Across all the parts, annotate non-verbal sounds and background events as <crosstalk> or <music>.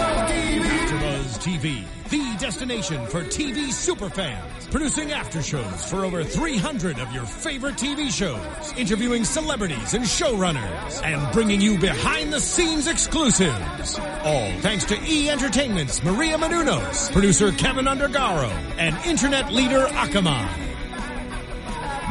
AfterBuzz TV, the destination for TV superfans, producing aftershows for over 300 of your favorite TV shows, interviewing celebrities and showrunners, and bringing you behind-the-scenes exclusives. All thanks to E Entertainment's Maria Menounos, producer Kevin Undergaro, and internet leader Akamai.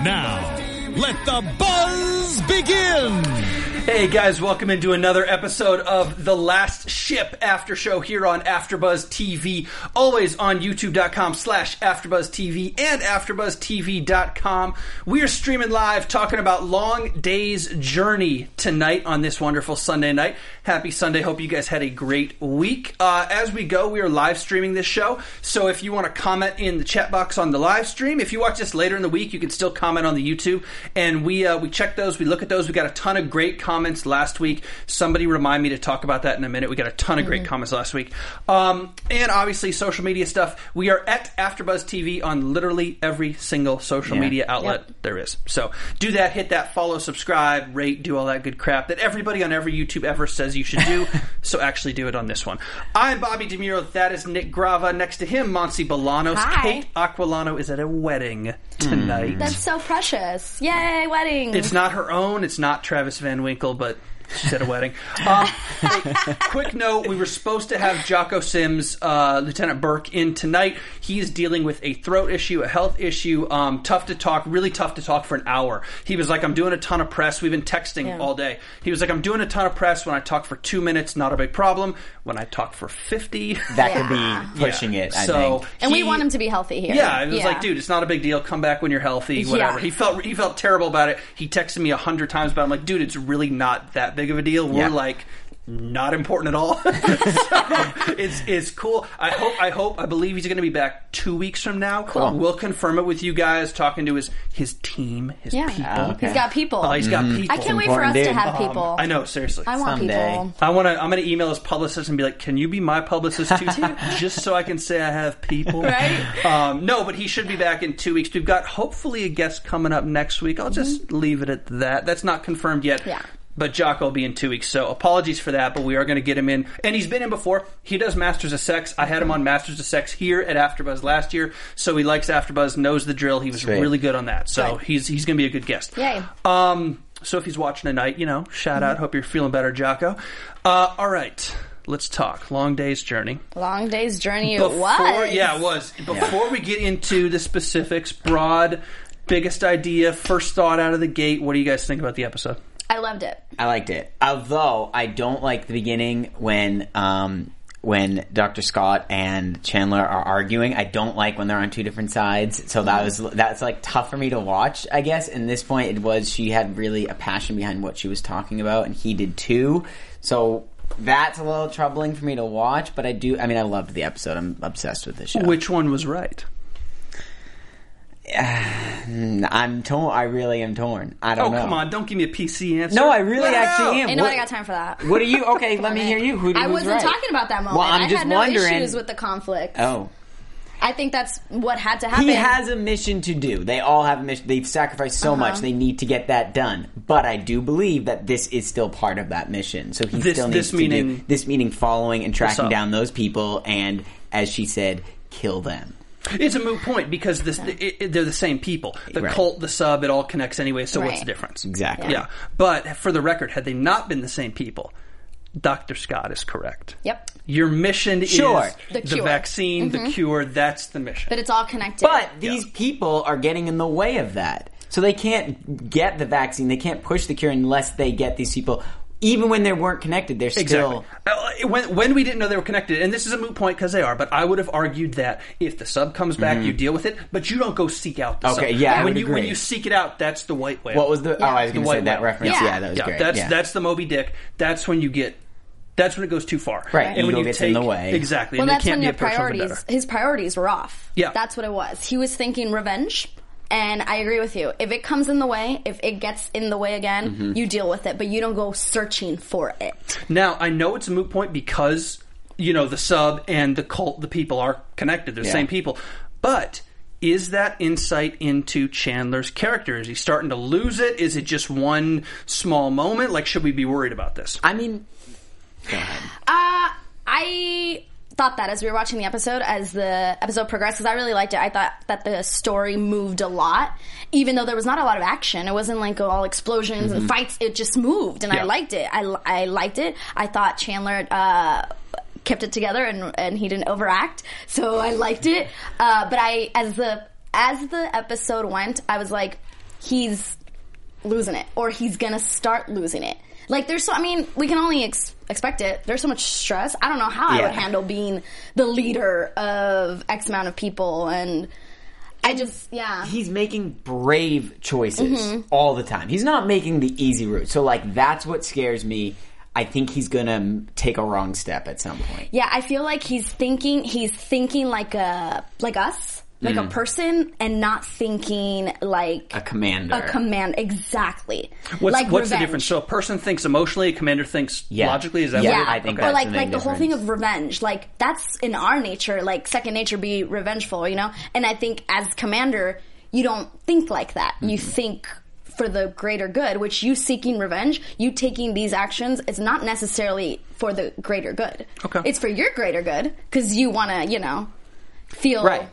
Now, let the buzz begin. Hey guys, welcome into another episode of The Last Ship After Show here on AfterBuzz TV. Always on youtube.com slash AfterBuzz TV and AfterBuzzTV.com. We are streaming live talking about Long Day's Journey tonight on this wonderful Sunday night. Happy Sunday. Hope you guys had a great week. Uh, as we go, we are live streaming this show. So if you want to comment in the chat box on the live stream, if you watch this later in the week, you can still comment on the YouTube. And we, uh, we check those, we look at those. We got a ton of great comments last week. Somebody remind me to talk about that in a minute. We got a ton of great comments last week, um, and obviously social media stuff. We are at AfterBuzz TV on literally every single social media outlet there is. So do that, hit that, follow, subscribe, rate, do all that good crap that everybody on every YouTube ever says you should do. so actually do it on this one. I'm Bobby Demuro. That is Nick Grava. Next to him, Monsi Bolanos. Hi. Kate Aquilano is at a wedding tonight. That's so precious. Yay, wedding. It's not her own. It's not Travis Van Winkle, but she's at a <laughs> wedding. Um, hey, quick note: We were supposed to have Jocko Sims, uh, Lieutenant Burke, in tonight. He is dealing with a throat issue, a health issue. Um, tough to talk. Really tough to talk for an hour. He was like, "I'm doing a ton of press. We've been texting all day." He was like, "I'm doing a ton of press. When I talk for two minutes, not a big problem. When I talk for fifty, that could be pushing it. I so think. and we he- want him to be healthy here. yeah, it was like, dude, it's not a big deal. Come back when you're healthy, whatever. Yeah. He felt he felt terrible about it. He texted me a hundred times about. It. I'm like, dude, it's really not that big of a deal. We're Yeah. like. Not important at all. <laughs> So, it's it's cool. I hope I hope I believe he's going to be back two weeks from now. Cool. We'll confirm it with you guys. Talking to his his team, his Yeah. people. Oh, okay. Mm-hmm. He's got people. Oh, he's got people. I can't wait for important, us to dude. have Um, people. I know. Seriously, I want Someday. people. I want to. I'm going to email his publicist and be like, "Can you be my publicist too, <laughs> just so I can say I have people?" Right? Um, no, but he should be back in two weeks. We've got hopefully a guest coming up next week. I'll just leave it at that. That's not confirmed yet. Mm-hmm. Yeah. But Jocko will be in two weeks, so apologies for that. But we are going to get him in, and he's been in before. He does Masters of Sex. I had him on Masters of Sex here at AfterBuzz last year, so he likes AfterBuzz, knows the drill. He was Sweet. really good on that, so Good. he's he's going to be a good guest. Yay. Mm-hmm. Um, so if he's watching tonight, you know, shout out. Hope you're feeling better, Jocko. Uh, all right, let's talk. Long day's journey. Long day's journey it Before- was. Yeah, it was. Before we get into the specifics, broad, biggest idea, first thought out of the gate. What do you guys think about the episode? I loved it. I liked it. Although I don't like the beginning when um, when Dr. Scott and Chandler are arguing. I don't like when they're on two different sides. So that was that's like tough for me to watch, I guess. And this point it was she had really a passion behind what she was talking about and he did too. So that's a little troubling for me to watch, but I do I mean I loved the episode. I'm obsessed with this show. Which one was right? I'm torn I really am torn. I don't Oh, know. come on! Don't give me a PC answer. No, I really Let it out. actually am. Ain't nobody What- got time for that. What are you? Okay, let me Damn hear it. you. Who I who's wasn't right? talking about that moment. Well, I'm I just had no wondering. issues with the conflict. Oh, I think that's what had to happen. he has a mission to do. They all have a mission. They've sacrificed so Uh-huh. much. They need to get that done. But I do believe that this is still part of that mission. So he This- still needs this to meaning- do this meaning, following and up? tracking down those people, and as she said, kill them. It's a moot point because this it, it, they're the same people. The Right. cult, the sub, it all connects anyway. So what's Right. the difference? Exactly. Yeah. But for the record, had they not been the same people, Dr. Scott is correct. Yep. Your mission Sure. Mm-hmm. is the, The cure. vaccine, the cure. That's the mission. But it's all connected. But these people are getting in the way of that. So they can't get the vaccine. They can't push the cure unless they get these people. Even when they weren't connected, they're still Exactly. Uh, When, when we didn't know they were connected, and this is a moot point because they are, but I would have argued that if the sub comes back, you deal with it, but you don't go seek out the Mm. Okay, sub. yeah, I when would you when agree. you seek it out, that's the white whale. What was the? Oh, I was The going to white say that whale. reference. Yeah. Yeah, that was yeah, great. that's yeah. that's the Moby Dick. That's when you get. That's when it goes too far. Right, And when ego you gets take in the way. exactly. well, and it that's can't when be the a push for the better. priorities his priorities were off. Yeah. that's what it was. He was thinking revenge, and I agree with you. If it comes in the way, if it gets in the way again, Mm-hmm. you deal with it, but you don't go searching for it. Now I know it's a moot point because you know the sub and the cult the people are connected they're the Yeah. same people but is that insight into chandler's character is he starting to lose it is it just one small moment like should we be worried about this I mean, Uh, I thought that as we were watching the episode, as the episode progressed, because I really liked it. I thought that the story moved a lot, even though there was not a lot of action. It wasn't like all explosions and fights. It just moved, and Yeah. I liked it. I, li- I liked it. I thought Chandler. Uh, kept it together and and he didn't overact so I liked it uh, but I as the as the episode went I was like he's losing it or he's gonna start losing it like there's so i mean we can only ex- expect it there's so much stress i don't know how i Yeah. would handle being the leader of x amount of people and i just yeah he's making brave choices Mm-hmm. all the time. He's not making the easy route. So like that's what scares me. I think he's gonna m- take a wrong step at some point. yeah i feel like he's thinking he's thinking like a like us like Hmm. a person and not thinking like A commander. a command exactly what's, like what's the revenge. difference so a person thinks emotionally a commander thinks Yeah. logically is that Yeah, what it- I think okay. or that's like the like main the whole thing difference. of revenge like that's in our nature like second nature be revengeful you know and i think as commander you don't think like that Mm-hmm. you think for the greater good which you seeking revenge you taking these actions it's not necessarily for the greater good Okay. it's for your greater good because you want to you know feel Right.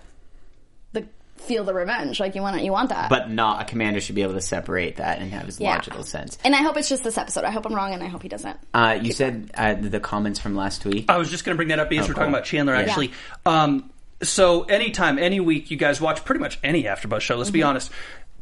the feel the revenge like you want you want that But not a commander should be able to separate that and have his Yeah. logical sense. and i hope it's just this episode i hope i'm wrong and i hope he doesn't Uh, you said uh, the comments from last week. I was just going to bring that up because we're talking cool. about Chandler actually. Um, so anytime, any week, you guys watch pretty much any AfterBuzz show. Let's be Mm-hmm. honest.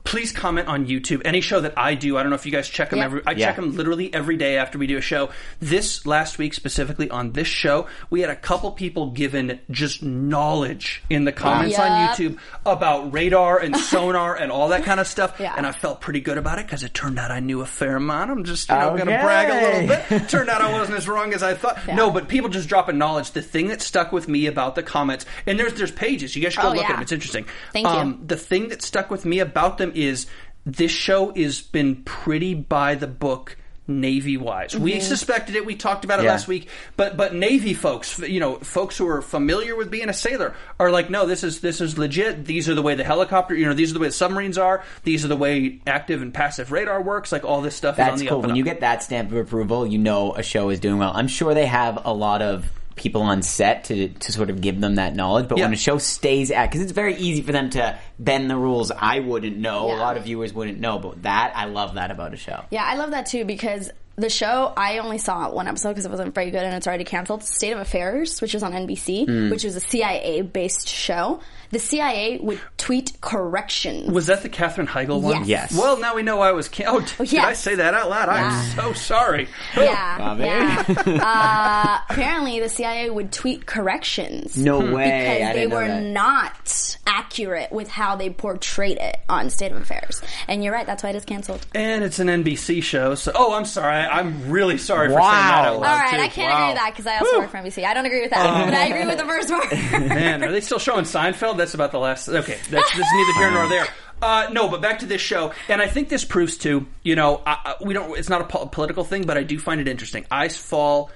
Please comment on YouTube. Any show that I do, I don't know if you guys check them. Yeah. Every, I Yeah. check them literally every day after we do a show. This last week, specifically on this show, we had a couple people given just knowledge in the comments on Yep. YouTube about radar <laughs> and sonar and all that kind of stuff. Yeah. And I felt pretty good about it because it turned out I knew a fair amount. I'm just you know, Oh, going to Okay. brag a little bit. <laughs> Turned out I wasn't as wrong as I thought. No, but people just dropping knowledge. The thing that stuck with me about the comments, and there's there's pages. You guys should go Oh, look at yeah. them. It's interesting. Um, Thank you. The thing that stuck with me about them is this show has been pretty by the book. Navy wise, Mm-hmm. we suspected it. We talked about it Yeah. last week, but but Navy folks, you know, folks who are familiar with being a sailor are like, no, this is this is legit. These are the way the helicopter, you know, these are the way the submarines are. These are the way active and passive radar works. Like all this stuff. is on That's the cool. Up and When you up. get that stamp of approval, you know a show is doing well. I'm sure they have a lot of people on set to, to sort of give them that knowledge, but Yeah. when a show stays at, because it's very easy for them to bend the rules. I wouldn't know. A Yeah. lot of viewers wouldn't know, but that, I love that about a show. Yeah, I love that too because the show I only saw one episode because it wasn't very good and it's already canceled. State of Affairs, which was on NBC, Mm. which was a CIA based show. The CIA would tweet corrections. Was that the Katherine Heigl one? Yes. Yes. Well, now we know I was. Can- oh, did yes. I say that out loud? I'm so sorry. yeah, Bobby. yeah. <laughs> uh, apparently, the CIA would tweet corrections. No Hmm. way. because I they didn't know were that. not accurate with how they portrayed it on State of Affairs. And you're right, that's why it is canceled. And it's an NBC show, so oh, I'm sorry. I'm really sorry for Wow. saying that out loud. All right, too. I can't Wow. agree with that because I also Whew. work for NBC. I don't agree with <laughs> that, but I agree with the first part. Man, are they still showing Seinfeld? That's about the last. Okay, that's, that's neither here nor there. Uh, no, but back to this show, and I think this proves too. You know, I, I, we don't. It's not a po- political thing, but I do find it interesting. I fall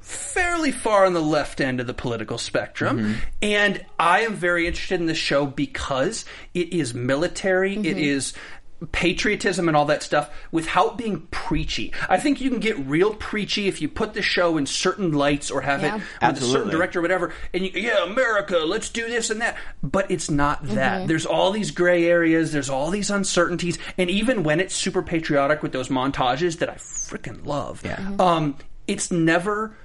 fairly far on the left end of the political spectrum, and I am very interested in this show because it is military. it is. Patriotism and all that stuff without being preachy. I think you can get real preachy if you put the show in certain lights or have Yeah. it with a certain Absolutely. director or whatever, and you, yeah, America, let's do this and that. But it's not that. There's all these gray areas. There's all these uncertainties, and even when it's super patriotic with those montages that I freaking love, um, it's never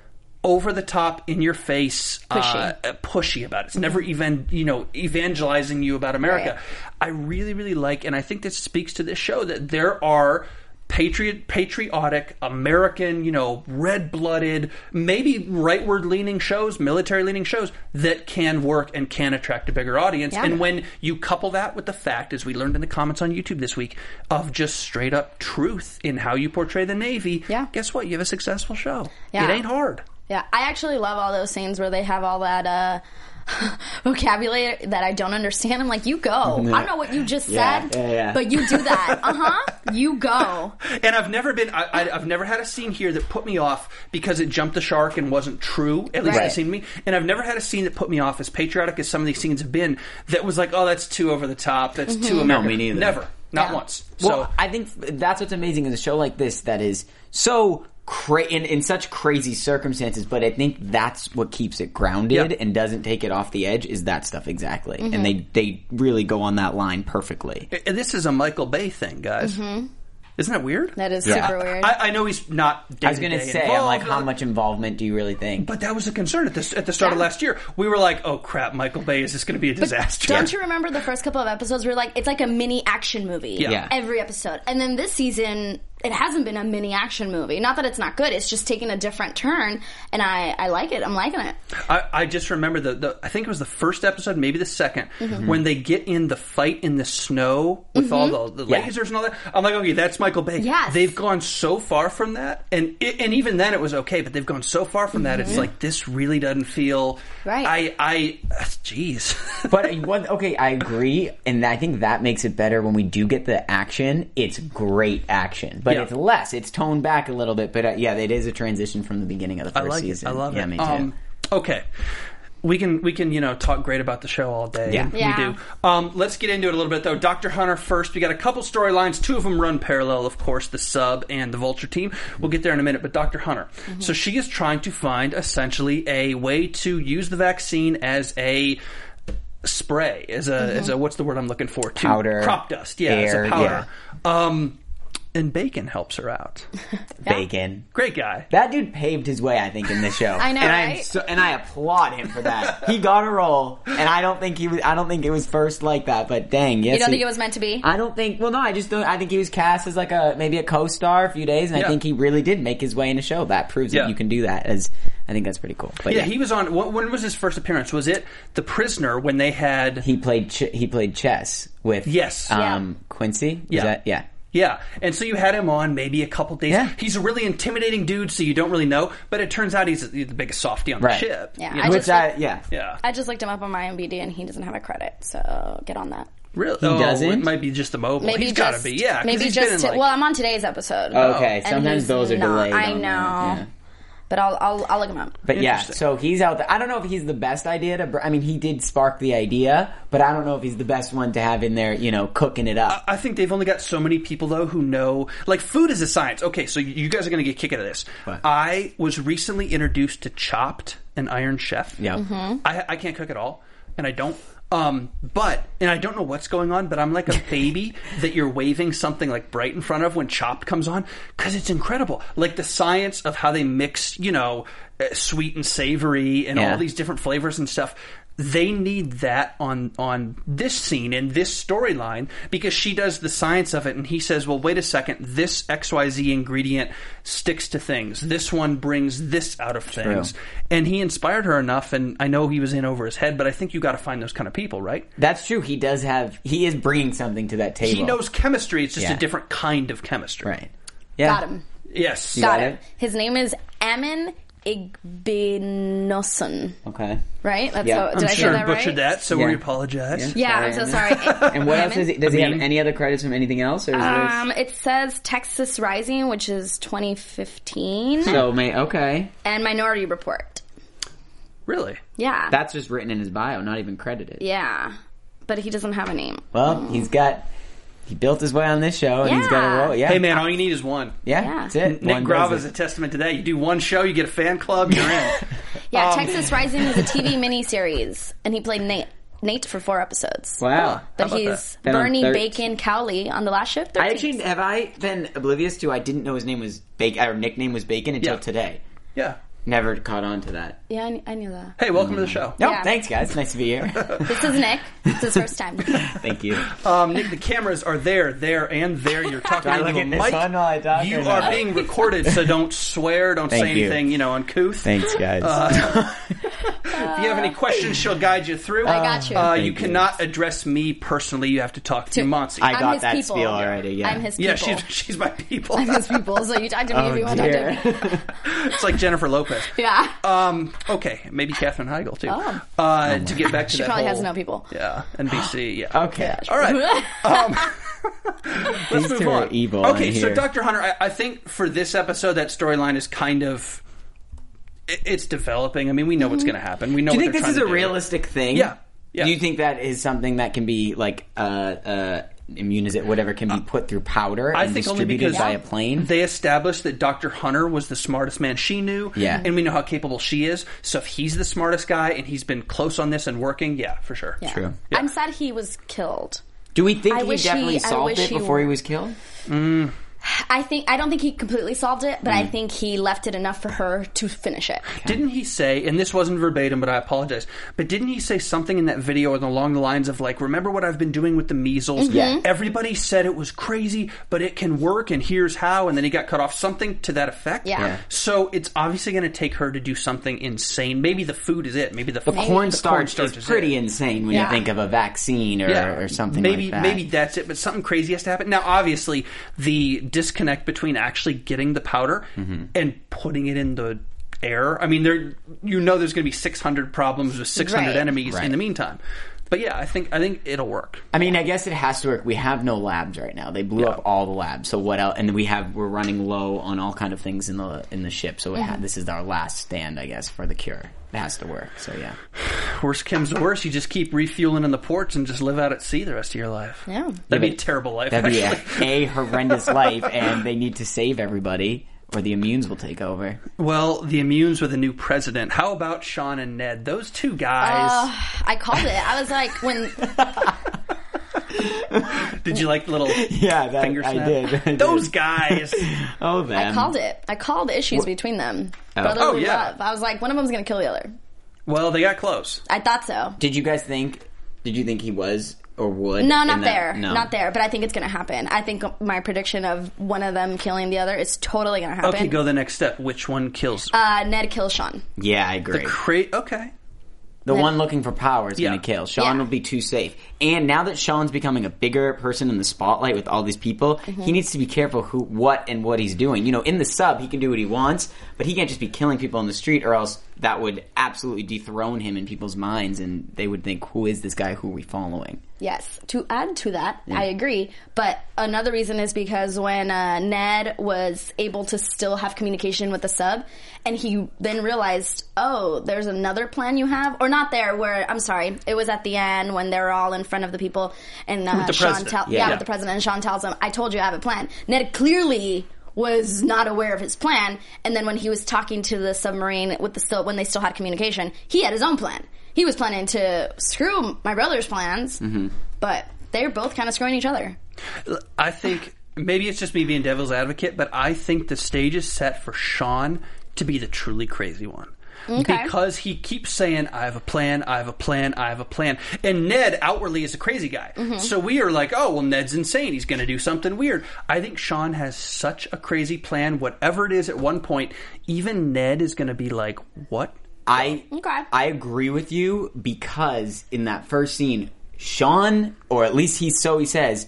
over the top in your face pushy, uh, pushy about it. It's never even you know evangelizing you about America. I really really like, and I think this speaks to this show that there are patriot patriotic American, you know, red blooded, maybe rightward leaning shows, military leaning shows that can work and can attract a bigger audience. Yeah. And when you couple that with the fact, as we learned in the comments on YouTube this week, of just straight up truth in how you portray the Navy, Yeah. guess what? You have a successful show. Yeah. It ain't hard. Yeah, I actually love all those scenes where they have all that uh, <laughs> vocabulary that I don't understand. I'm like, you go. I don't know what you just Yeah, said, yeah, yeah. but you <laughs> do that. uh huh. You go. And I've never been, I, I, I've never had a scene here that put me off because it jumped the shark and wasn't true, at least Right. it seemed to me. And I've never had a scene that put me off, as patriotic as some of these scenes have been, that was like, oh, that's too over the top, that's too American. me neither. Never. Not Mm-hmm. Yeah. once. Well, so, I think that's what's amazing is a show like this that is so cra- in, in such crazy circumstances, but I think that's what keeps it grounded Yep. and doesn't take it off the edge is that stuff exactly. And they, they really go on that line perfectly. And this is a Michael Bay thing, guys. Isn't that weird? Mm-hmm. That is Yeah. super weird. I, I know he's not. I was going to day-to-day say, I'm involved, like, how uh, much involvement do you really think? But that was a concern at the at the start of Yeah. last year. We were like, "Oh crap, Michael Bay is this going to be a disaster?" Don't you remember the first couple of episodes were like it's like a mini action movie Yeah. every episode, and then this season it hasn't been a mini action movie. Not that it's not good; it's just taking a different turn, and I I like it. I'm liking it. I, I just remember the, the I think it was the first episode, maybe the 2nd Mm-hmm. when they get in the fight in the snow with all the, the Yeah. lasers and all that. I'm like, okay, that's Michael Bay. Mm-hmm. Yes. they've gone so far from that, and it, and even then it was okay, but they've gone so far from that. It's like this really doesn't feel Mm-hmm. Right. I I uh, jeez. <laughs> but one, okay, I agree, and I think that makes it better when we do get the action. It's great action, but Yeah. it's less. It's toned back a little bit, but uh, yeah, it is a transition from the beginning of the first I like season. it. I love yeah, it. Me too. Um, okay. We can we can you know talk great about the show all day. Yeah. and Yeah. we do. Um, let's get into it a little bit though. Doctor Hunter first. We got a couple storylines. Two of them run parallel, of course. The sub and the Vulture team. We'll get there in a minute. But Doctor Hunter. So she is trying to find essentially a way to use the vaccine as a spray, as a as a what's the word I'm looking for? To Powder, crop dust. Yeah, air, as a powder. Um, and Bacon helps her out. Bacon. Great guy. That dude paved his way, I think, in this show. <laughs> I know, and I'm right? so, and I applaud him for that. he got a role, and I don't think he was. I don't think it was first like that, but dang, yes. You don't he- think it was meant to be? I don't think. Well, no, I just don't. I think he was cast as like a maybe a co-star a few days, and Yeah. I think he really did make his way in a show. That proves Yeah. that you can do that. As I think that's pretty cool. But Yeah, yeah, he was on. When, when was his first appearance? Was it The Prisoner when they had? he played ch- he played chess with Yes. um Quincy. Yeah. Is that, yeah. yeah, and so you had him on maybe a couple days. Yeah. He's a really intimidating dude, so you don't really know. But it turns out he's the biggest softy on Right. the ship. Yeah, you I know? Which just- I yeah. yeah, I just looked him up on my IMDb, and he doesn't have a credit, so get on that. really. He oh, It doesn't? might be just the mobile. Maybe he's just got to be. Yeah, 'cause maybe he's just been in, to- like- well, I'm on today's episode. Oh, Okay, and sometimes he's those are not. delayed. I on know, that, yeah. but I'll, I'll I'll look him up. But yeah, Interesting. so he's out there. I don't know if he's the best idea to. Br- I mean, he did spark the idea, but I don't know if he's the best one to have in there, you know, cooking Uh, it up. I think they've only got so many people though who know like food is a science. Okay, so you guys are going to get a kick out of this. What? I was recently introduced to Chopped and Iron Chef. Yeah. mm-hmm. Mhm. I, I can't cook at all, and I don't. Um, but and I don't know what's going on, but I'm like a baby that you're waving something like bright in front of when Chopped comes on because it's incredible. Like the science of how they mix, you know, uh, sweet and savory and Yeah. all these different flavors and stuff. They need that on on this scene in this storyline because she does the science of it, and he says, "Well, wait a second. This X Y Z ingredient sticks to things. This one brings this out of things." And he inspired her enough, and I know he was in over his head, but I think you got to find those kind of people, right? That's true. He does have. He is bringing something to that table. He knows chemistry; it's just Yeah. a different kind of chemistry. Right. Yeah. Got him. Yes. got Got it? him. His name is Amin Igbinosun. Okay. Right? That's Yeah. how, did I'm I say sure that right? butchered that, so we Yeah. apologize. Yeah, I'm so sorry. <laughs> And what else is he, does he have? Amin. Any other credits from anything else? Or is there- Um, it says Texas Rising, which is 2015, so may okay. and Minority Report. Really? Yeah. That's just written in his bio, not even credited. yeah. But he doesn't have a name. Well, he's got. He built his way on this show, and he's got a Yeah. role. Yeah. Hey, man, all you need is one. Yeah. Yeah. That's it. Nick One Grava does is it. a testament to that. You do one show, you get a fan club, <laughs> you're in. Yeah, Um, Texas Rising is a TV <laughs> miniseries, and he played Nate. Nate for four episodes. Wow. But about he's Then on Bernie thir- Bacon Cowley on the last ship. I 13. actually have I been oblivious to I didn't know his name was Bacon or nickname was Bacon until Yeah. today. Yeah. Never caught on to that. yeah, I, kn- I <laughs> knew that. Hey, welcome to the show. No, Yeah. thanks guys. Nice to be <laughs> here. This is Nick. It's his first time. Thank you. Um, Nick, the cameras are there, there, and there. <laughs> You're talking I into look a at this mic. one while I talk you or are not? being recorded, so don't swear, don't Thank say you. <laughs> anything, you know, uncouth. guys. if you have any questions, she'll guide you through. I got you. Uh, Thank you you. cannot address me personally. You have to talk to, To- <laughs> Monty. I I'm got his that people. spiel already. Yeah. I'm his people. yeah, she's she's my people. <laughs> I'm his people. So you talk to me Oh, if you want to talk to me. <laughs> it's like Jennifer Lopez. Yeah. Um, okay, maybe Catherine Heigl too. Oh. Uh, to get back to she that probably whole, has no people. Yeah, NBC. Yeah. okay. All <laughs> right. Um, let's These move two are on. evil okay, in so here. Doctor Hunter, I, I think for this episode, that storyline is kind of it- it's developing. I mean, we know what's going to happen. We know. Mm-hmm. Do you what think they're this is a trying to do. realistic thing? Yeah. Yeah. Do you think that is something that can be like uh, uh, immunization, whatever can be put through powder Uh, I and think only distributed because by a plane? They established that Doctor Hunter was the smartest man she knew. Yeah. and we know how capable she is. So if he's the smartest guy and he's been close on this and working, yeah, for sure. Yeah. True. I'm sad he was killed. Do we think I he wish definitely he- I solved wish it he- before he was killed? I think I don't think he completely solved it, but I Mm. think he left it enough for her to finish it. Didn't he say, and this wasn't verbatim, but I apologize, but didn't he say something in that video along the lines of, like, remember what I've been doing with the measles? Yeah. Everybody said it was crazy, but it can work, and here's how, and then he got cut off, something to that effect. Yeah. Yeah. So it's obviously going to take her to do something insane. Maybe the food is it. Maybe the, The cornstarch cornstarch is is pretty it. insane when you Yeah. think of a vaccine or, Yeah, or something Maybe like that. maybe that's it, but something crazy has to happen. Now, obviously, the disconnect between actually getting the powder Mm-hmm. and putting it in the air. I mean, there you know there's going to be 600 problems with 600 Right. enemies in Right. the meantime. But yeah, I think I think it'll work. I mean, I guess it has to work. We have no labs right now. They blew up all the labs. So what else? And we have we're running low on all kind of things in the in the ship. So we ha- this is our last stand, I guess, for the cure. It has to work. So <laughs> yeah. Worst comes to worst, you just keep refueling in the ports and just live out at sea the rest of your life. Yeah. That'd be a but- terrible life. That'd be a, actually. a horrendous life, and they need to save everybody, or the immunes will take over. Well, the immunes with a new president. How about Sean and Ned? Those two guys. Uh, Ah. I called it. I was like, when Did you like the <laughs> little <laughs> Yeah, that, finger I snap? did, <laughs> I did. <laughs> Those guys. Oh, them. I called it, I called the issues between them. Brotherly Oh, yeah. love. I was like, one of them's gonna kill the other. well, they got close. I thought so. Did you guys think? Did you think he was or would? No, in not that- there. No. Not there. But I think it's going to happen. I think my prediction of one of them killing the other is totally going to happen. Okay, go the next step. Which one kills? Uh, Ned kills Sean. Yeah, I agree. The, Cra- okay. one looking for power is Yeah. going to kill. Sean Yeah. will be too safe. And now that Sean's becoming a bigger person in the spotlight with all these people, he needs to be careful who, what, and what he's doing. You know, in the sub, he can do what he wants, but he can't just be killing people on the street, or else that would absolutely dethrone him in people's minds, and they would think, "Who is this guy? Who are we following?" Yes. To add to that, I agree. But another reason is because when uh, Ned was able to still have communication with the sub, and he then realized, oh, there's another plan you have, or not there. Where I'm sorry, it was at the end when they're all in front of the people, and uh, the Sean, president. tell- Yeah. yeah, Yeah. with the president, and Sean tells him, I told you I have a plan. Ned clearly was not aware of his plan, and then when he was talking to the submarine with the still when they still had communication, he had his own plan. He was planning to screw my brother's plans, but they're both kind of screwing each other. I think maybe it's just me being devil's advocate, but I think the stage is set for Sean to be the truly crazy one. Okay. Because he keeps saying, I have a plan, I have a plan, I have a plan. And Ned outwardly is a crazy guy. Mm-hmm. So we are like, oh, well, Ned's insane. He's going to do something weird. I think Sean has such a crazy plan. Whatever it is at one point, even Ned is going to be like, what? I Okay. I agree with you because in that first scene, Sean, or at least he so he says,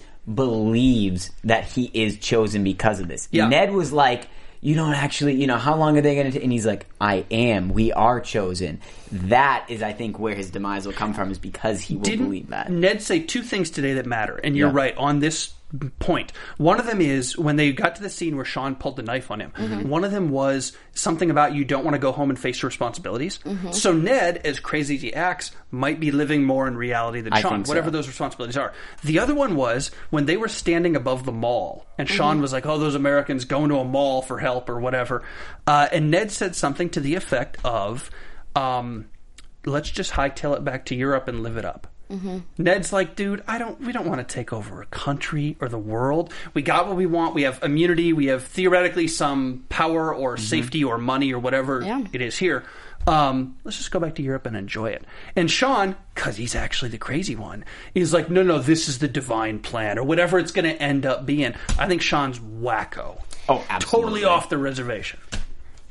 believes that he is chosen because of this. Yeah. Ned was like, "You don't actually, you know, how long are they going to?" take And he's like, "I am. We are chosen." That is, I think, where his demise will come from, is because he will didn't believe that. Ned say two things today that matter, and you're Yeah. right on this point. One of them is when they got to the scene where Sean pulled the knife on him. Mm-hmm. One of them was something about you don't want to go home and face your responsibilities. Mm-hmm. So Ned, as crazy as he acts, might be living more in reality than I Sean, think so. whatever those responsibilities are. The other one was when they were standing above the mall, and Mm-hmm. Sean was like, "Oh, those Americans going to a mall for help or whatever," uh, and Ned said something to the effect of. Um, let's just hightail it back to Europe and live it up. Mm-hmm. Ned's like, dude, I don't. We don't want to take over a country or the world. We got what we want. We have immunity. We have theoretically some power or Mm-hmm. safety or money or whatever Yeah. it is here. Um, let's just go back to Europe and enjoy it. And Sean, because he's actually the crazy one, is like, no, no, this is the divine plan or whatever it's going to end up being. I think Sean's wacko. Oh, totally absolutely. off the reservation. I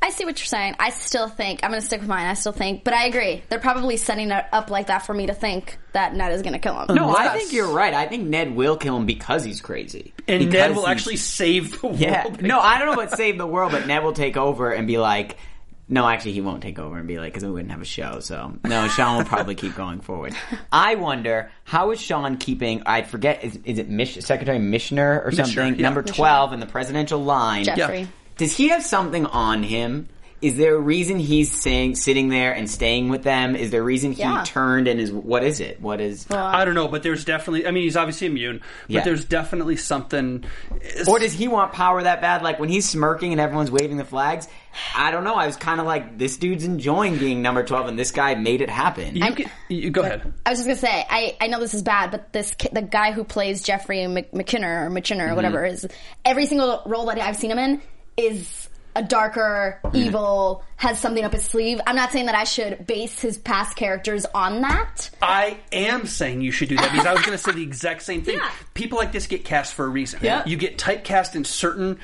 I see what you're saying. I still think I'm going to stick with mine. I still think, but I agree. They're probably setting it up like that for me to think that Ned is going to kill him. No, I Yes. think you're right. I think Ned will kill him because he's crazy. and Because Ned will he's- actually save the <laughs> world. Yeah. No, I don't know about save the world, but Ned will take over and be like, no, actually, he won't take over and be like, because we wouldn't have a show. So, no, Sean will probably keep going forward. I wonder, how is Sean keeping, I forget, is, is it Mish, Secretary Mishner or something? yeah. Number 12 in the presidential line. Jeffrey. Yeah. Does he have something on him? Is there a reason he's saying, sitting there and staying with them? Is there a reason he Yeah. turned and is, what is it? What is, I don't know, but there's definitely. I mean, he's obviously immune, but Yeah. there's definitely something. Or does he want power that bad? Like when he's smirking and everyone's waving the flags. I don't know. I was kind of like, this dude's enjoying being number twelve, and this guy made it happen. You can- you- go ahead. I was just gonna say, I, I know this is bad, but this ki- the guy who plays Jeffrey Mc- McKinner or McKinner or whatever is every single role that I've seen him in is a darker, evil, has something up his sleeve. I'm not saying that I should base his past characters on that. I am saying you should do that because I was going to say the exact same thing. Yeah. People like this get cast for a reason. Yeah. You get typecast in certain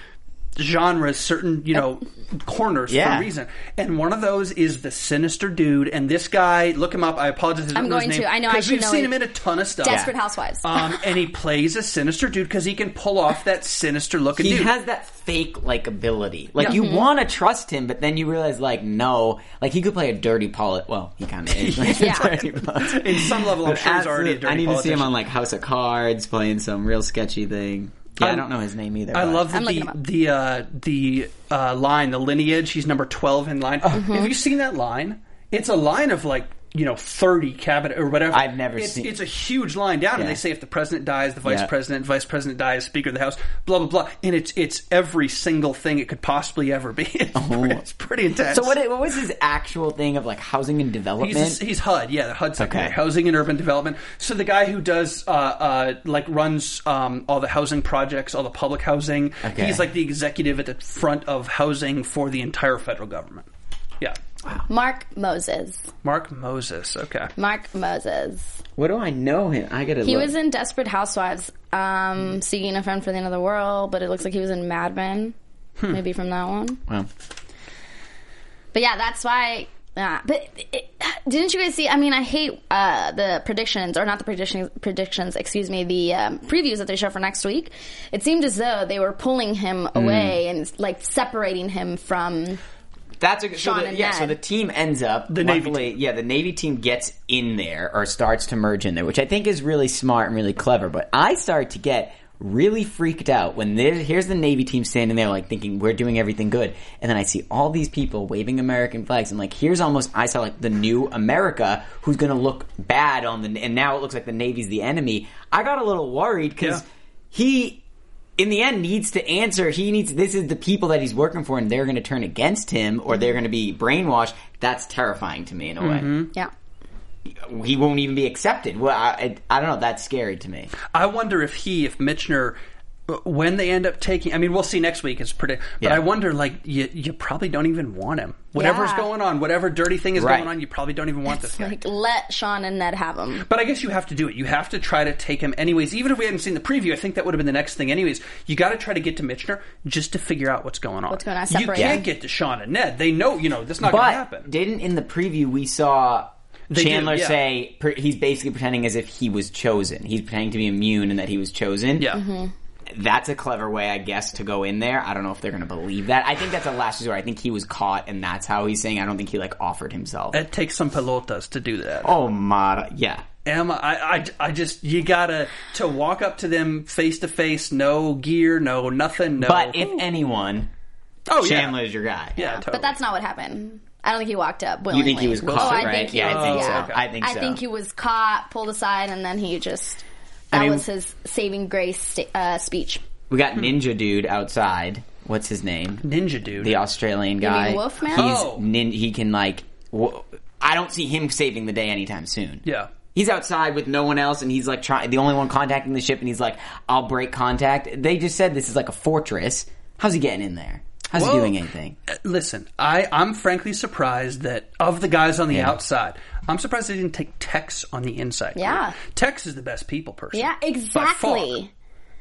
genres, certain, you know, corners for Yeah. a reason. And one of those is the sinister dude. And this guy, look him up. I apologize. I don't I'm know his going name, to. I know I 'cause should we've know seen it. him in a ton of stuff. Desperate Housewives. Um, and he plays a sinister dude because he can pull off that sinister looking He dude. has that fake like ability. Like you want to trust him, but then you realize like no, like he could play a dirty polit. Well, he kind of <laughs> is. Like, <laughs> Yeah. in some level, I'm sure he's already a dirty I need to see him politician. on like House of Cards playing some real sketchy thing. Yeah, I I'm- don't know his name either. I but- love I'm looking the him up. the uh, the uh, line, the lineage. He's number twelve in line. Uh-huh. Have you seen that line? It's a line of like you know thirty cabinet or whatever. I've never it's, seen- It's a huge line down, and Yeah. they say if the president dies, the vice Yeah. president, vice president dies, speaker of the house, blah blah blah. And it's it's every single thing it could possibly ever be. <laughs> It's, pre- it's pretty intense. Oh. So what? What was his actual thing of like housing and development? He's, he's HUD, yeah, the HUD secretary, Okay. housing and urban development. So the guy who does uh, uh, like runs um, all the housing projects, all the public housing. Okay. He's like the executive at the front of housing for the entire federal government. Yeah, Mark Moses. Mark Moses. Okay, Mark Moses. what do I know him? I gotta. He look. was in Desperate Housewives, um, seeking a friend for the end of the world, but it looks like he was in Mad Men. Maybe from that one. Well, But yeah, that's why. Yeah, but it, didn't you guys see? I mean, I hate uh, the predictions, or not the predictions, predictions. Excuse me, the um, previews that they show for next week. It seemed as though they were pulling him Mm. away and like separating him from. That's a good. So Sean the, and yeah, Ned. so the team ends up. The Navy yeah, the Navy team gets in there or starts to merge in there, which I think is really smart and really clever. But I started to get really freaked out when there, here's the Navy team standing there, like thinking we're doing everything good, and then I see all these people waving American flags, and like here's almost I saw like the new America who's going to look bad on the, and now it looks like the Navy's the enemy. I got a little worried because Yeah. he in the end needs to answer he needs this is the people that he's working for and they're going to turn against him or they're going to be brainwashed that's terrifying to me in a Mm-hmm. Yeah, way he won't even be accepted well I, I, I don't know that's scary to me I wonder if he, if Mitchner. When they end up taking, I mean, we'll see next week. It's pretty, but Yeah. I wonder, like, you, you probably don't even want him. Whatever's Yeah. going on, whatever dirty thing is Right. going on, you probably don't even want this guy. like let Sean and Ned have him. But I guess you have to do it. You have to try to take him anyways. Even if we hadn't seen the preview, I think that would have been the next thing anyways. You got to try to get to Mitchner just to figure out what's going on. What's going on, You separate can't him. get to Sean and Ned. They know, you know, that's not going to but happen. didn't in the preview we saw did, Chandler yeah. say per, he's basically pretending as if he was chosen he's pretending to be immune and that he was chosen yeah. Mm-hmm. that's a clever way, I guess, to go in there. I don't know if they're going to believe that. I think that's a last resort. I think he was caught, and that's how he's saying. I don't think he like offered himself. It takes some pelotas to do that. oh my, yeah, Emma, I, I, I just, you got to, to walk up to them face to face, no gear, no nothing, no. But if anyone, oh, yeah. Chandler is your guy. Yeah, totally. But that's not what happened. I don't think he walked up. You Willingly. think he was caught, oh, I right? Think he yeah, was, I think yeah. so. I think I so. think he was caught, pulled aside, and then he just. That mean- was his saving grace sta- uh, speech. we got Ninja Dude outside. What's his name? Hmm. Ninja dude. The Australian guy. Wolfman? He's Oh. nin- he can like. W- I don't see him saving the day anytime soon. yeah. He's outside with no one else, and he's like trying. The only one contacting the ship, and he's like, "I'll break contact." They just said this is like a fortress. How's he getting in there? How's Whoa. he doing anything? Listen, I, I'm frankly surprised that of the guys on the outside, I'm surprised they didn't take Tex on the inside. Yeah. Tex is the best people person. Yeah, By far. exactly.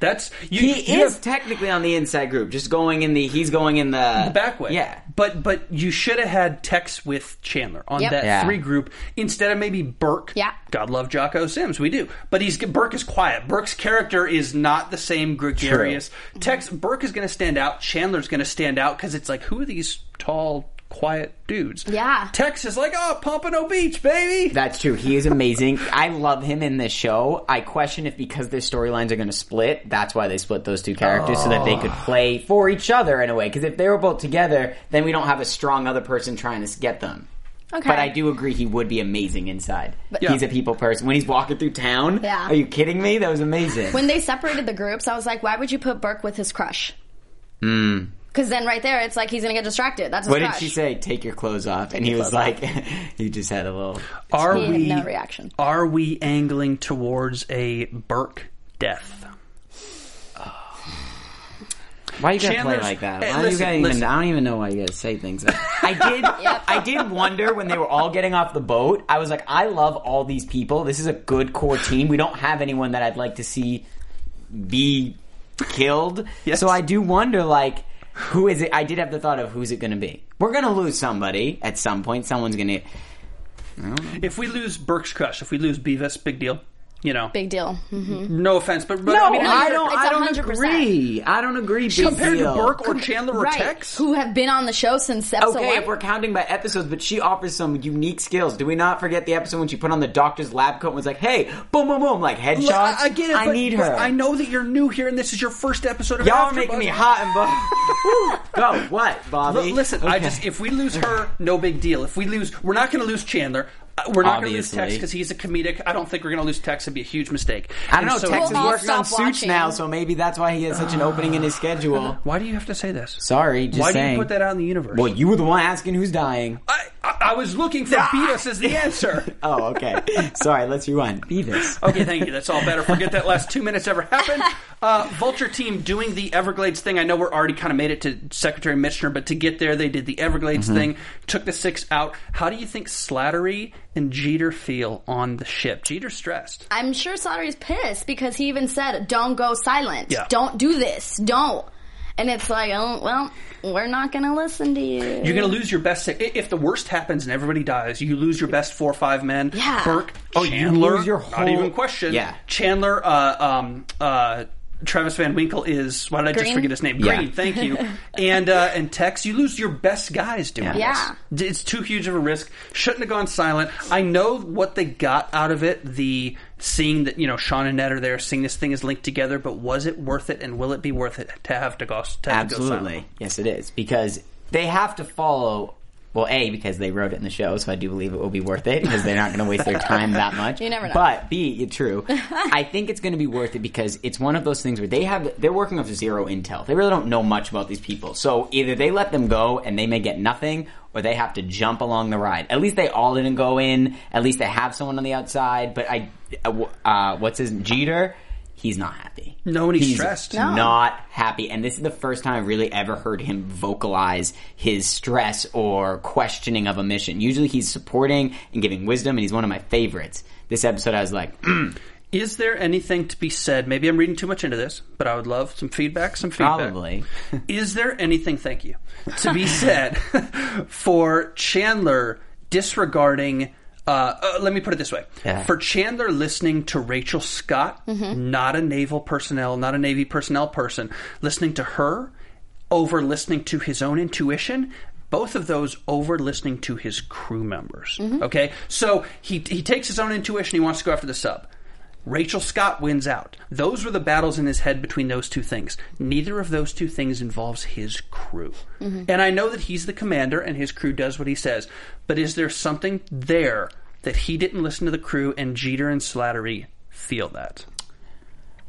That's you, He you is have- technically on the inside group, just going in the. He's going in the, the back way. Yeah, But but you should have had Tex with Chandler on Yep. that Yeah. three group instead of maybe Burke. Yeah. God love Jocko Sims. We do. But he's Burke is quiet. Burke's character is not the same gregarious. Tex Burke is going to stand out. Chandler's going to stand out because it's like who are these tall quiet dudes? Yeah. Tex is like oh Pompano Beach baby. That's true. He is amazing. I love him in this show. I question if because their storylines are going to split, that's why they split those two characters so that they could play for each other in a way. Because if they were both together, then we don't have a strong other person trying to s- get them. Okay. But I do agree he would be amazing inside. Yeah. He's a people person. When he's walking through town, Yeah. are you kidding me? That was amazing. When they separated the groups, I was like, why would you put Burke with his crush? Because then right there, it's like he's going to get distracted. That's his Hmm. what did crush. she say? Take your clothes off. and he was like, <laughs> he just had a little. Are He had we no reaction. Are we angling towards a Burke death? Why you gotta play Chandler's- like that? Hey, Why listen, you gotta even, listen. I don't even know why you gotta say things. Like I did. <laughs> I did wonder when they were all getting off the boat. I was like, I love all these people. This is a good core team. We don't have anyone that I'd like to see be killed. Yes. So I do wonder, like, who is it? I did have the thought of who's it gonna be? We're gonna lose somebody at some point. Someone's gonna. If we lose Burke's crush, if we lose Beavis, big deal. You know, Big deal. hmm no offense, but, but No, I mean, I don't. it's I don't 100%. agree. I don't agree. big compared to deal. Burke or Chandler or Right. Tex, Who have been on the show since episode Okay, one. if we're counting by episodes, but she offers some unique skills. Do we not forget the episode when she put on the doctor's lab coat and was like, "Hey, boom, boom, boom!" Like headshots. Look, I, I get it. I but- need but her. I know that you're new here, and this is your first episode of Y'all are AfterBuzz. making me hot and <laughs> bu- Woo. Go what, L- Bobby? listen, I Okay. just if we lose her, no big deal. If we lose, we're not going to lose Chandler. Uh, We're not going to lose Obviously. Tex because he's a comedic. I don't think we're going to lose Tex. It'd be a huge mistake. I don't And know. so- Tex is We'll all working on stop suits watching. now, so maybe that's why he has such an opening in his <laughs> schedule. Why do you have to say this? Sorry, just Why do saying. you put that out in the universe? Well, you were the one asking who's dying. I, I, I was <laughs> looking for Beavis as the answer. Oh, okay. <laughs> Sorry, let's rewind. Beavis. Okay, thank you. That's all better. Forget that last two minutes ever happened. Uh, Vulture team doing the Everglades thing. I know we're already kind of made it to Secretary Mitchner, but to get there, they did the Everglades thing, took the six out. How do you think Slattery and Jeter feel on the ship? Jeter's stressed. I'm sure Slattery's pissed because he even said, "Don't go silent. Yeah. Don't do this. Don't." And it's like, oh well, we're not gonna listen to you. You're going to lose your best six. i- If the worst happens and everybody dies, you lose your best four or five men. Yeah. Burke, Oh, you Chandler. lose your Not whole- even question. Yeah. Chandler, uh, um, uh, Travis Van Winkle is. Why did I just Green? forget his name? Yeah. Green. Thank <laughs> you. and uh, and Tex, you lose your best guys doing Yeah. Yeah. this. D- It's too huge of a risk. Shouldn't have gone silent. I know what they got out of it. The seeing that you know Sean and Ned are there, seeing this thing is linked together. But was it worth it? And will it be worth it to have to go? To have to go silent? Absolutely. Yes, it is. Because they have to follow. Well, A, because they wrote it in the show, so I do believe it will be worth it because they're not going to waste their time that much. You never know. But B, you're true. I think it's going to be worth it because it's one of those things where they have they're working off zero intel. They really don't know much about these people. So either they let them go and they may get nothing, or they have to jump along the ride. At least they all didn't go in. At least they have someone on the outside. But I, uh, what's his Jeter? He's not happy. No, and he's stressed. No. Not happy. And this is the first time I've really ever heard him vocalize his stress or questioning of a mission. Usually he's supporting and giving wisdom, and he's one of my favorites. This episode, I was like, mm, Is there anything to be said? Maybe I'm reading too much into this, but I would love some feedback. Some feedback. probably. <laughs> Is there anything? Thank you. To be said <laughs> for Chandler disregarding. Uh, uh, let me put it this way: Yeah. for Chandler listening to Rachel Scott, not a naval personnel, not a Navy personnel person, listening to her over listening to his own intuition. Both of those over listening to his crew members. Okay, so he he takes his own intuition. He wants to go after the sub. Rachel Scott wins out. Those were the battles in his head between those two things. Neither of those two things involves his crew. Mm-hmm. And I know that he's the commander and his crew does what he says, but is there something there that he didn't listen to the crew and Jeter and Slattery feel that?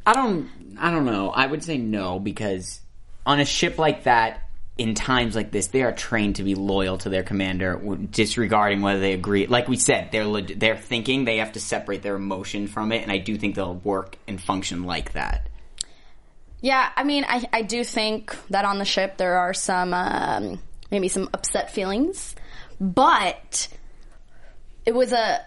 I don't. I don't know. I would say no because on a ship like that, in times like this, they are trained to be loyal to their commander, w- disregarding whether they agree. Like we said, they're leg- they're thinking. They have to separate their emotion from it, and I do think they'll work and function like that. Yeah, I mean, I, I do think that on the ship there are some um, maybe some upset feelings, but it was a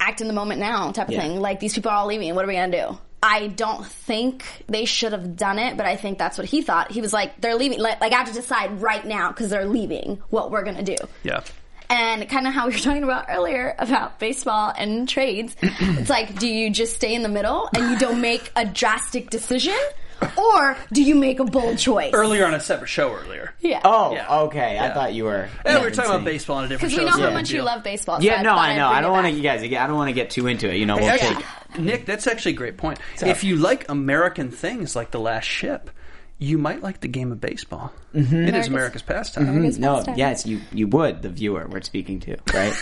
act in the moment now type of Yeah. thing. Like these people are all leaving. What are we gonna do? I don't think they should have done it, but I think that's what he thought. He was like, "They're leaving. Like, like I have to decide right now because they're leaving. What we're gonna do." Yeah. and kind of how we were <laughs> talking about earlier about baseball and trades. <clears throat> it's like, do you just stay in the middle and you don't make a drastic decision, or do you make a bold choice? Earlier on a separate show earlier. yeah. Oh, Yeah. okay. I Yeah. thought you were. Yeah, we yeah, were talking about insane. baseball on a different Because show. we know so how no much big you deal. love baseball. Yeah, so no, thought I know. I'd bring I don't it want to, back. you guys. I don't want to get too into it. You know, we'll Actually, take. Nick, that's actually a great point. If you like American things like The Last Ship, you might like the game of baseball. Mm-hmm. It is America's pastime. Mm, No, yes, you you would. The viewer we're speaking to, right?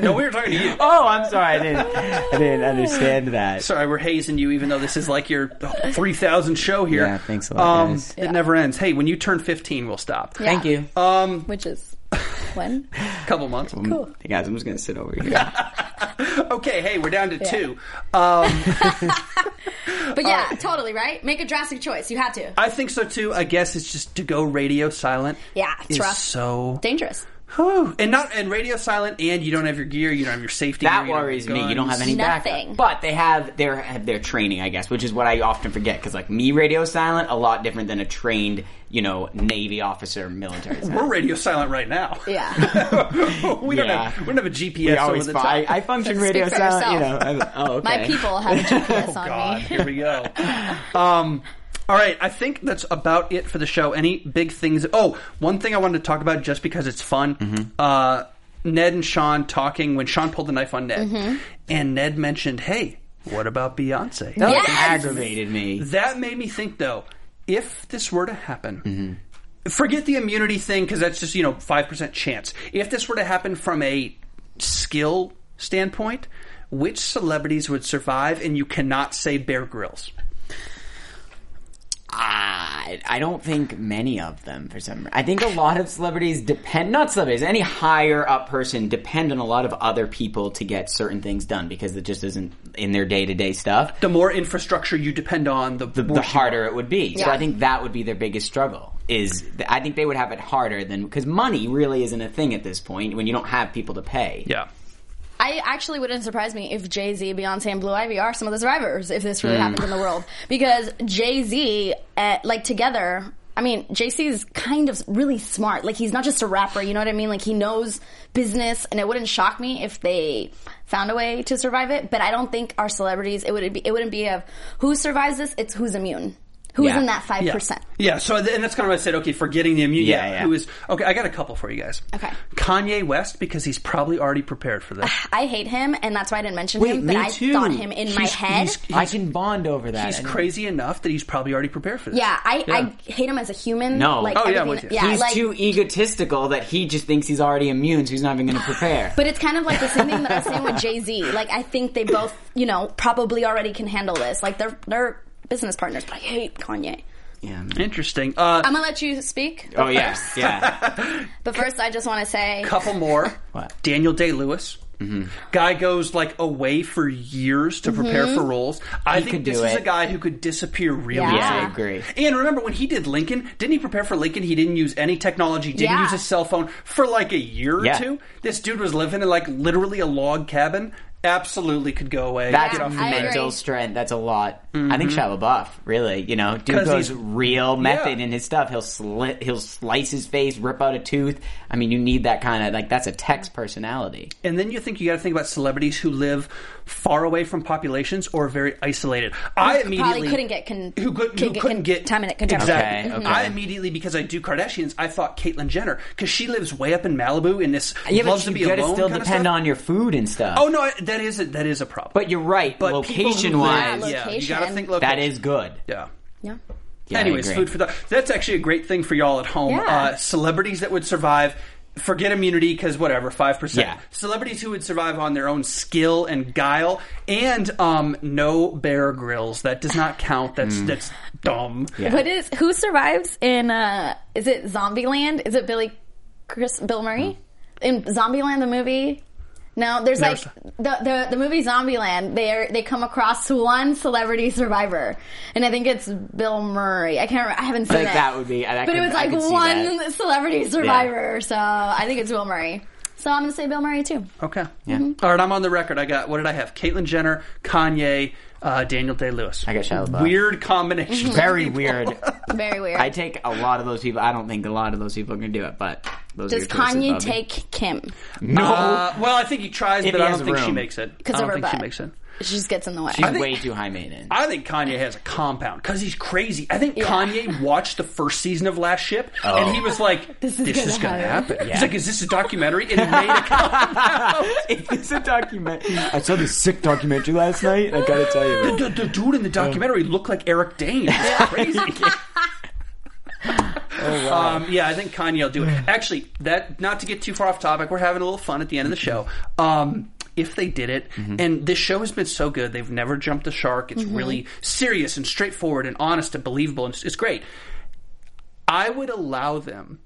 <laughs> No, we were talking to you. <laughs> oh, I'm sorry. I didn't. I didn't understand that. Sorry, we're hazing you, even though this is like your 3,000 show here. Yeah, thanks a lot, Um, guys. It never ends. Hey, when you turn 15, we'll stop. Yeah. Thank you. <laughs> Which is when? A couple months. Um, hey, guys, I'm just gonna sit over here. Okay, hey, we're down to two. Um, But yeah, totally right. Make a drastic choice. You had to. I think so too. I guess it's just to go radio silent. Yeah, it's is rough. so Dangerous. Whew. and not and radio silent, and you don't have your gear, you don't have your safety. That gear, you don't have worries your me. You don't guns. have any Nothing. backup. But they have their have their training, I guess, which is what I often forget. Because like me, radio silent, a lot different than a trained, you know, Navy officer, military. We're Silent. radio silent right now. <laughs> Yeah. <laughs> we don't Yeah. have we don't have a GPS We over always the fi- top. I function radio for silent. You know. yourself. I'm- oh, okay. Oh, My people have a <laughs> GPS on God, me. here we go. Um, all right, I think that's about it for the show. Any big things? Oh, one thing I wanted to talk about just because it's fun. Uh, Ned and Sean talking when Sean pulled the knife on Ned, and Ned mentioned, "Hey, what about Beyonce?" That Yes! aggravated me. That made me think though, if this were to happen, Mm-hmm. forget the immunity thing because that's just you know five percent chance. If this were to happen from a skill standpoint, which celebrities would survive? And you cannot say Bear Grylls. I, I don't think many of them for some reason. I think a lot of celebrities depend, not celebrities, any higher up person depend on a lot of other people to get certain things done because it just isn't in their day to day stuff. The more infrastructure you depend on, the The, the worse you- harder it would be. So Yeah. I think that would be their biggest struggle. Is th- I think they would have it harder than because money really isn't a thing at this point when you don't have people to pay. Yeah. I actually wouldn't surprise me if Jay Z, Beyonce, and Blue Ivy are some of the survivors if this really Hmm. happens in the world. Because Jay Z, uh, like together, I mean, Jay Z is kind of really smart. Like he's not just a rapper, you know what I mean? Like he knows business, and it wouldn't shock me if they found a way to survive it. But I don't think our celebrities. It would be. It wouldn't be of who survives this. It's who's immune. Who's Yeah. in that five Yeah. percent? Yeah. So th- and that's kind of what I said. Okay, forgetting the immunity. Yeah, yeah. Who is okay? I got a couple for you guys. Okay. Kanye West because he's probably already prepared for this. I hate him, and that's why I didn't mention Wait, him. me But I too. thought him in my He's- head. he's- I can bond over that. He's I think. crazy enough that he's probably already prepared for this. yeah, I, I hate him as a human. No. like Oh, yeah, everything- with you. yeah, He's like, too egotistical that he just thinks he's already immune, so he's not even going to prepare. But it's kind of like the same thing that I'm saying with Jay Z. Like I think they both, you know, probably already can handle this. Like they're they're business partners, but I hate Kanye. <laughs> yeah. Interesting. Uh, I'm gonna let you speak, Oh yeah, <laughs> yeah. but first I just want to say, couple more. <laughs> What? Mm-hmm. Daniel Day Lewis. Guy goes like away for years to prepare for roles. I think could this do is it. a guy who could disappear really Mm-hmm. Yeah. Yeah, easily. I agree. And remember when he did Lincoln, didn't he prepare for Lincoln? He didn't use any technology, didn't Yeah. use a cell phone for like a year Yeah. or two. This dude was living in like literally a log cabin. Absolutely could go away. That's Get off the I grid. mental agree. strength. That's a lot. I think Shia LaBeouf, really, you know, dude Mm-hmm. 'Cause goes he's- real method yeah. in his stuff. He'll slit, he'll slice his face, rip out a tooth. I mean, you need that kind of like that's a text personality. And then you think you got to think about celebrities who live far away from populations or very isolated. I probably immediately couldn't get con- who, could, could who get couldn't con- get time in it, contact. Exactly. Okay, Mhm. I okay. immediately because I do Kardashians, I thought Caitlyn Jenner because she lives way up in Malibu and this Yeah, loves but to you be gotta alone. still kinda depend stuff. on your food and stuff. Oh no, I- that is a, that is a problem. but you're right. But people who live- location wise, yeah, Yeah, you got to location. think location. that is good. yeah. yeah, Yeah, I Anyways, agree. food for thought. That's actually a great thing for y'all at home. Yeah. Uh, celebrities that would survive. Forget immunity because whatever, five percent. Yeah. Celebrities who would survive on their own skill and guile, and um, no Bear grills. That does not count. That's that's dumb. Mm. Yeah. What is who survives in? uh Is it Zombieland? Is it Billy, Chris, Bill Murray Hmm. in Zombieland the movie? No, there's Never like saw- the, the the movie Zombieland. They they come across one celebrity survivor, and I think it's Bill Murray. I can't. re- I haven't seen Like, it. that would be- I- I but could- it was I like could see one that. celebrity survivor. So I think it's Bill Murray. So I'm gonna say Bill Murray too. Okay. All right, I'm on the record. I got what did I have? Caitlyn Jenner, Kanye, uh, Daniel Day Lewis. I got Shia LaBeouf. Weird combination. Mm-hmm. Very <laughs> weird. Very weird. I take a lot of those people. I don't think a lot of those people are going to do it, but those are Does your choices, Kanye Bobby. take Kim? No. Uh, well, I think he tries, If but he I has don't think she room. makes it. I Because of don't her think butt. she makes it. She just gets in the way. She's think- way too high maintenance. I think Kanye has a compound because he's crazy. I think Kanye watched the first season of Last Ship and he was like, "This is gonna is going to happen." happen." He's like, "Is this a documentary?" And he made <laughs> a compound. it's a documentary. I saw this sick documentary last night. I gotta tell you. the, the dude in the documentary looked like Eric Dane. It's <laughs> crazy. Oh, um, yeah, I think Kanye will do it. Actually, that not to get too far off topic, we're having a little fun at the end of the show. Um, if they did it, and this show has been so good, they've never jumped the shark. Mm-hmm. It's really serious and straightforward and honest and believable, and it's, it's great. I would allow them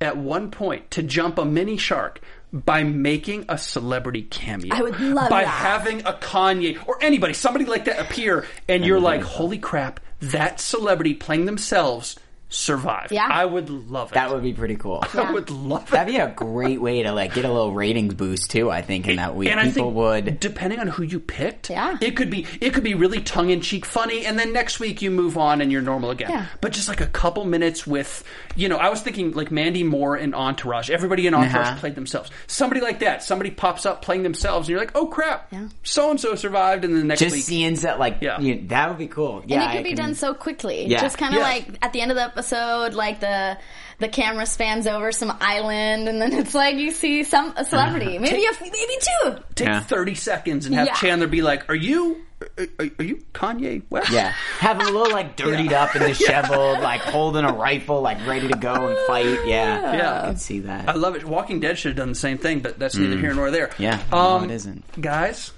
at one point to jump a mini shark by making a celebrity cameo. I would love by that. having a Kanye or anybody, somebody like that appear, and you're like, holy crap, that celebrity playing themselves survived. Yeah. I would love it. That would be pretty cool. I would love it. That'd be a great way to like get a little ratings boost too. I think in that week, and I people think would. depending on who you picked, Yeah. it could be it could be really tongue in cheek funny, and then next week you move on and you're normal again. Yeah. But just like a couple minutes with, you know, I was thinking like Mandy Moore in Entourage. Everybody in Entourage Uh-huh. played themselves. Somebody like that. Somebody pops up playing themselves, and you're like, oh crap, so and so survived, and then next Just week. scenes that like Yeah. you- that would be cool. Yeah, and it could I be can- done so quickly. Yeah. Just kind of Yeah. like at the end of the episode, like the the camera spans over some island, and then it's like you see some <laughs> a celebrity, maybe a, f- maybe two. Take Yeah. 30 seconds and have Yeah. Chandler be like, are you, are, are you Kanye West? Yeah, have them a little like dirtied up <laughs> and disheveled, like holding a rifle, like ready to go and fight. Yeah, Yeah. I could see that. I love it. Walking Dead should have done the same thing, but that's neither here nor there. Mm. Yeah, no, it um, isn't. Guys,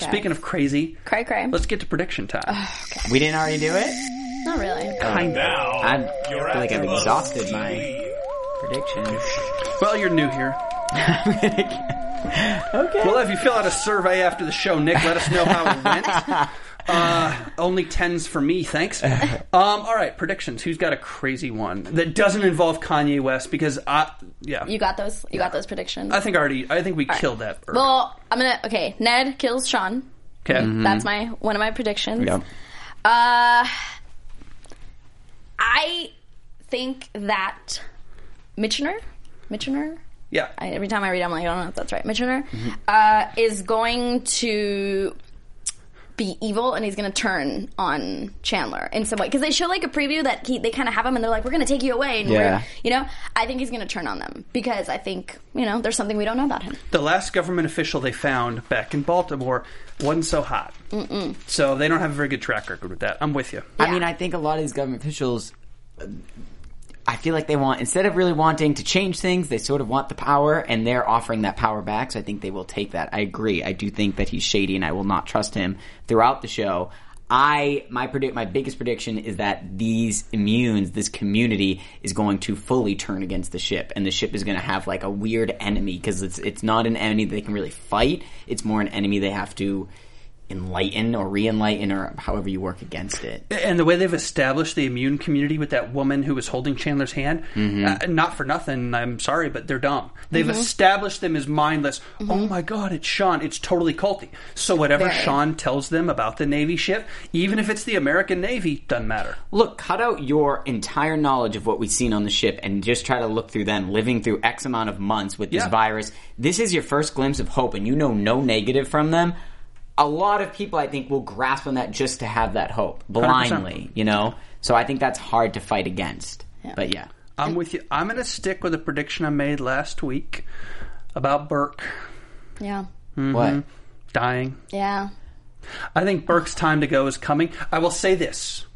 speaking of crazy, Cray cray. let's get to prediction time. we didn't already do it. Not really. Kind of. Now, I'm you're feel like I've after Buzz exhausted my TV. prediction. Well, you're new here. <laughs> Okay. Well, if you fill out a survey after the show, Nick, let us know how it went. <laughs> Uh, only tens for me, thanks. Um, all right, predictions. Who's got a crazy one that doesn't involve Kanye West? Because I, yeah, You got those. You got those predictions. I think I already, I think we killed that. early. well, Mm-hmm. I'm gonna. Okay, Ned kills Sean. okay, Mm-hmm. That's my one of my predictions. Yeah. Uh, I think that Michener, Michener. yeah. I, every time I read, I'm like, I don't know if that's right. Michener uh, is going to be evil, and he's going to turn on Chandler in some way because they show like a preview that he, they kind of have him, and they're like, we're going to take you away, and we're- Yeah. you know, I think he's going to turn on them because I think you know there's something we don't know about him. the last government official they found back in Baltimore wasn't so hot, Mm-mm. so they don't have a very good track record with that. I'm with you. I mean, I think a lot of these government officials, uh, I feel like they want, instead of really wanting to change things, they sort of want the power and they're offering that power back. So I think they will take that. I agree. I do think that he's shady and I will not trust him throughout the show. I my predict my biggest prediction is that these immunes, this community, is going to fully turn against the ship, and the ship is going to have like a weird enemy because it's it's not an enemy that they can really fight. It's more an enemy they have to enlighten or re-enlighten or however you work against it. and the way they've established the immune community with that woman who was holding Chandler's hand, uh, not for nothing, I'm sorry, but they're dumb. They've Mm-hmm. established them as mindless. Oh my God, it's Sean. It's totally culty. So whatever Very. Sean tells them about the Navy ship, even if it's the American Navy, doesn't matter. look, cut out your entire knowledge of what we've seen on the ship and just try to look through them, living through X amount of months with this Yeah. virus. This is your first glimpse of hope, and you know no negative from them. A lot of people, I think, will grasp on that just to have that hope blindly, you know? So I think that's hard to fight against. But yeah. I'm with you. I'm going to stick with a prediction I made last week about Burke Yeah, What? dying. yeah. I think Burke's time to go is coming. I will say this.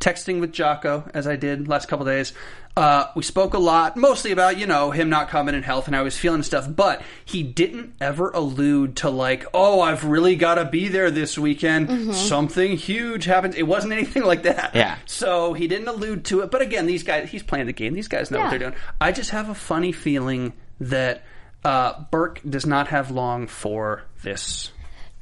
Texting with Jocko, as I did last couple days, uh, we spoke a lot, mostly about, you know, him not coming in health and how he was feeling and stuff, but he didn't ever allude to, like, oh, I've really got to be there this weekend. Something huge happens. It wasn't anything like that. Yeah. So he didn't allude to it. But again, these guys, he's playing the game. These guys know what Yeah. they're doing. I just have a funny feeling that uh, Burke does not have long for this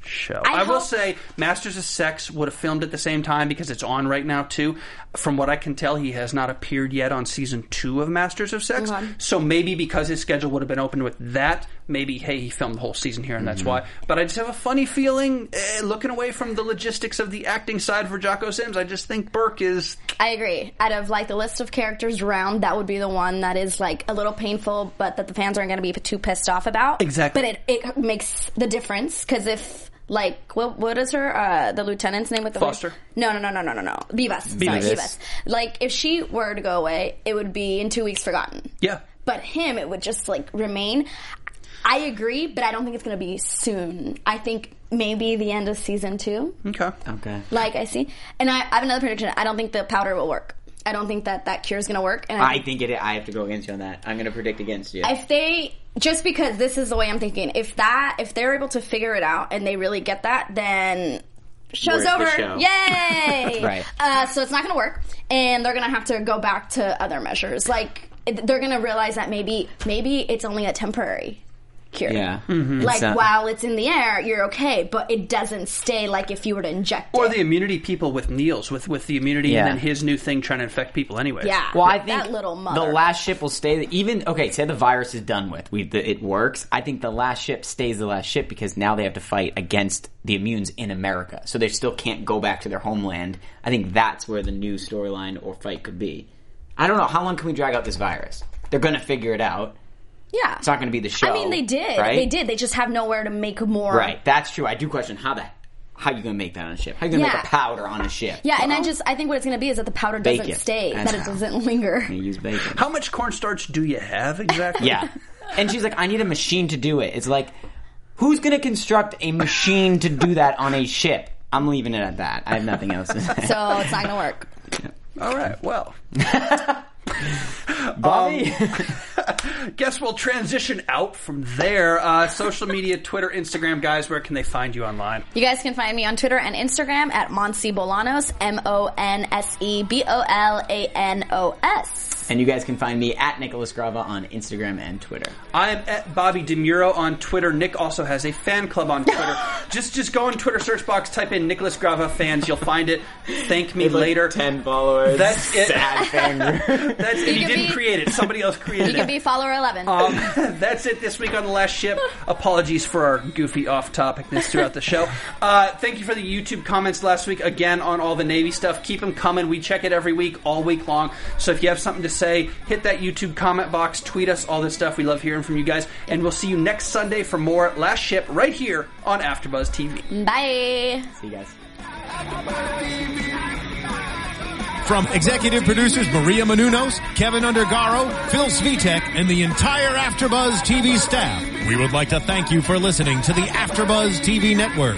show. I I, will hope- say, Masters of Sex would have filmed at the same time because it's on right now too. From what I can tell, he has not appeared yet on season two of Masters of Sex. Okay. So maybe because his schedule would have been open with that, maybe hey, he filmed the whole season here, and that's Mm-hmm. why. But I just have a funny feeling, eh, looking away from the logistics of the acting side for Jocko Sims, I just think Burke is I agree. Out of like the list of characters round, that would be the one that is like a little painful, but that the fans aren't going to be too pissed off about. Exactly. But it, it makes the difference because if like what what is her uh, the lieutenant's name with the Foster. No, no, no, no, no, no, no. Beavis. Sorry, Beavis. Beavis. Like if she were to go away, it would be in two weeks forgotten. yeah. But him, it would just like remain. I agree, but I don't think it's going to be soon. I think maybe the end of season two. Okay. Okay. Like I see, and I, I have another prediction. I don't think the powder will work. I don't think that that cure is going to work. And I think it. I have to go against you on that. I'm going to predict against you. if they just because this is the way I'm thinking, if that if they're able to figure it out and they really get that, then Worth show's the over. show. <laughs> Yay! <laughs> Right. Uh, so it's not going to work, and they're going to have to go back to other measures. Like it- they're going to realize that maybe maybe it's only a temporary cure. yeah. Like It's not- while it's in the air, you're okay, but it doesn't stay. Like if you were to inject Or it. the immunity people with Niels, with with the immunity Yeah. and then his new thing trying to infect people anyway. yeah. Well, I think that little mother. the last ship will stay. The, even okay, say the virus is done with. We the, it works. I think the last ship stays the last ship because now they have to fight against the immunes in America, so they still can't go back to their homeland. I think that's where the new storyline or fight could be. I don't know how long can we drag out this virus. They're going to figure it out. Yeah. It's not going to be the show. I mean, they did. Right? They did. They just have nowhere to make more. Right. That's true. I do question how the how you going to make that on a ship? How you going to Yeah. make a powder on a ship? Yeah, and I just I think what it's going to be is that the powder Bake doesn't it. stay, That's that it how. doesn't <laughs> linger. You use bacon. How much cornstarch do you have exactly? Yeah. And she's like, I need a machine to do it. It's like, who's going to construct a machine to do that on a ship? I'm leaving it at that. I have nothing else to say. So it's not going to work. All right. Well, Bobby? guess we'll transition out from there. Uh, social media, <laughs> Twitter, Instagram, guys. Where can they find you online? You guys can find me on Twitter and Instagram at Monse Bolanos, M O N S E B O L A N O S. and you guys can find me at Nicholas Grava on Instagram and Twitter. I am at Bobby Demuro on Twitter. Nick also has a fan club on <laughs> Twitter. just just go in Twitter search box, type in Nicholas Grava fans. You'll find it. Thank me later. followers. That's it. Sad fan group. That's it. You, could didn't be- create it. Somebody else created You can it. be follower 11. Um, <laughs> that's it this week on The Last Ship. Apologies for our goofy off topicness throughout the show. Uh, thank you for the YouTube comments last week again on all the Navy stuff. Keep them coming. We check it every week, all week long. So if you have something to say, hit that YouTube comment box, tweet us, all this stuff. We love hearing from you guys. And we'll see you next Sunday for more Last Ship right here on AfterBuzz TV. Bye. <laughs> See you guys. From executive producers Maria Manunos, Kevin Undergaro, Phil Svitek, and the entire Afterbuzz TV staff, we would like to thank you for listening to the Afterbuzz TV network.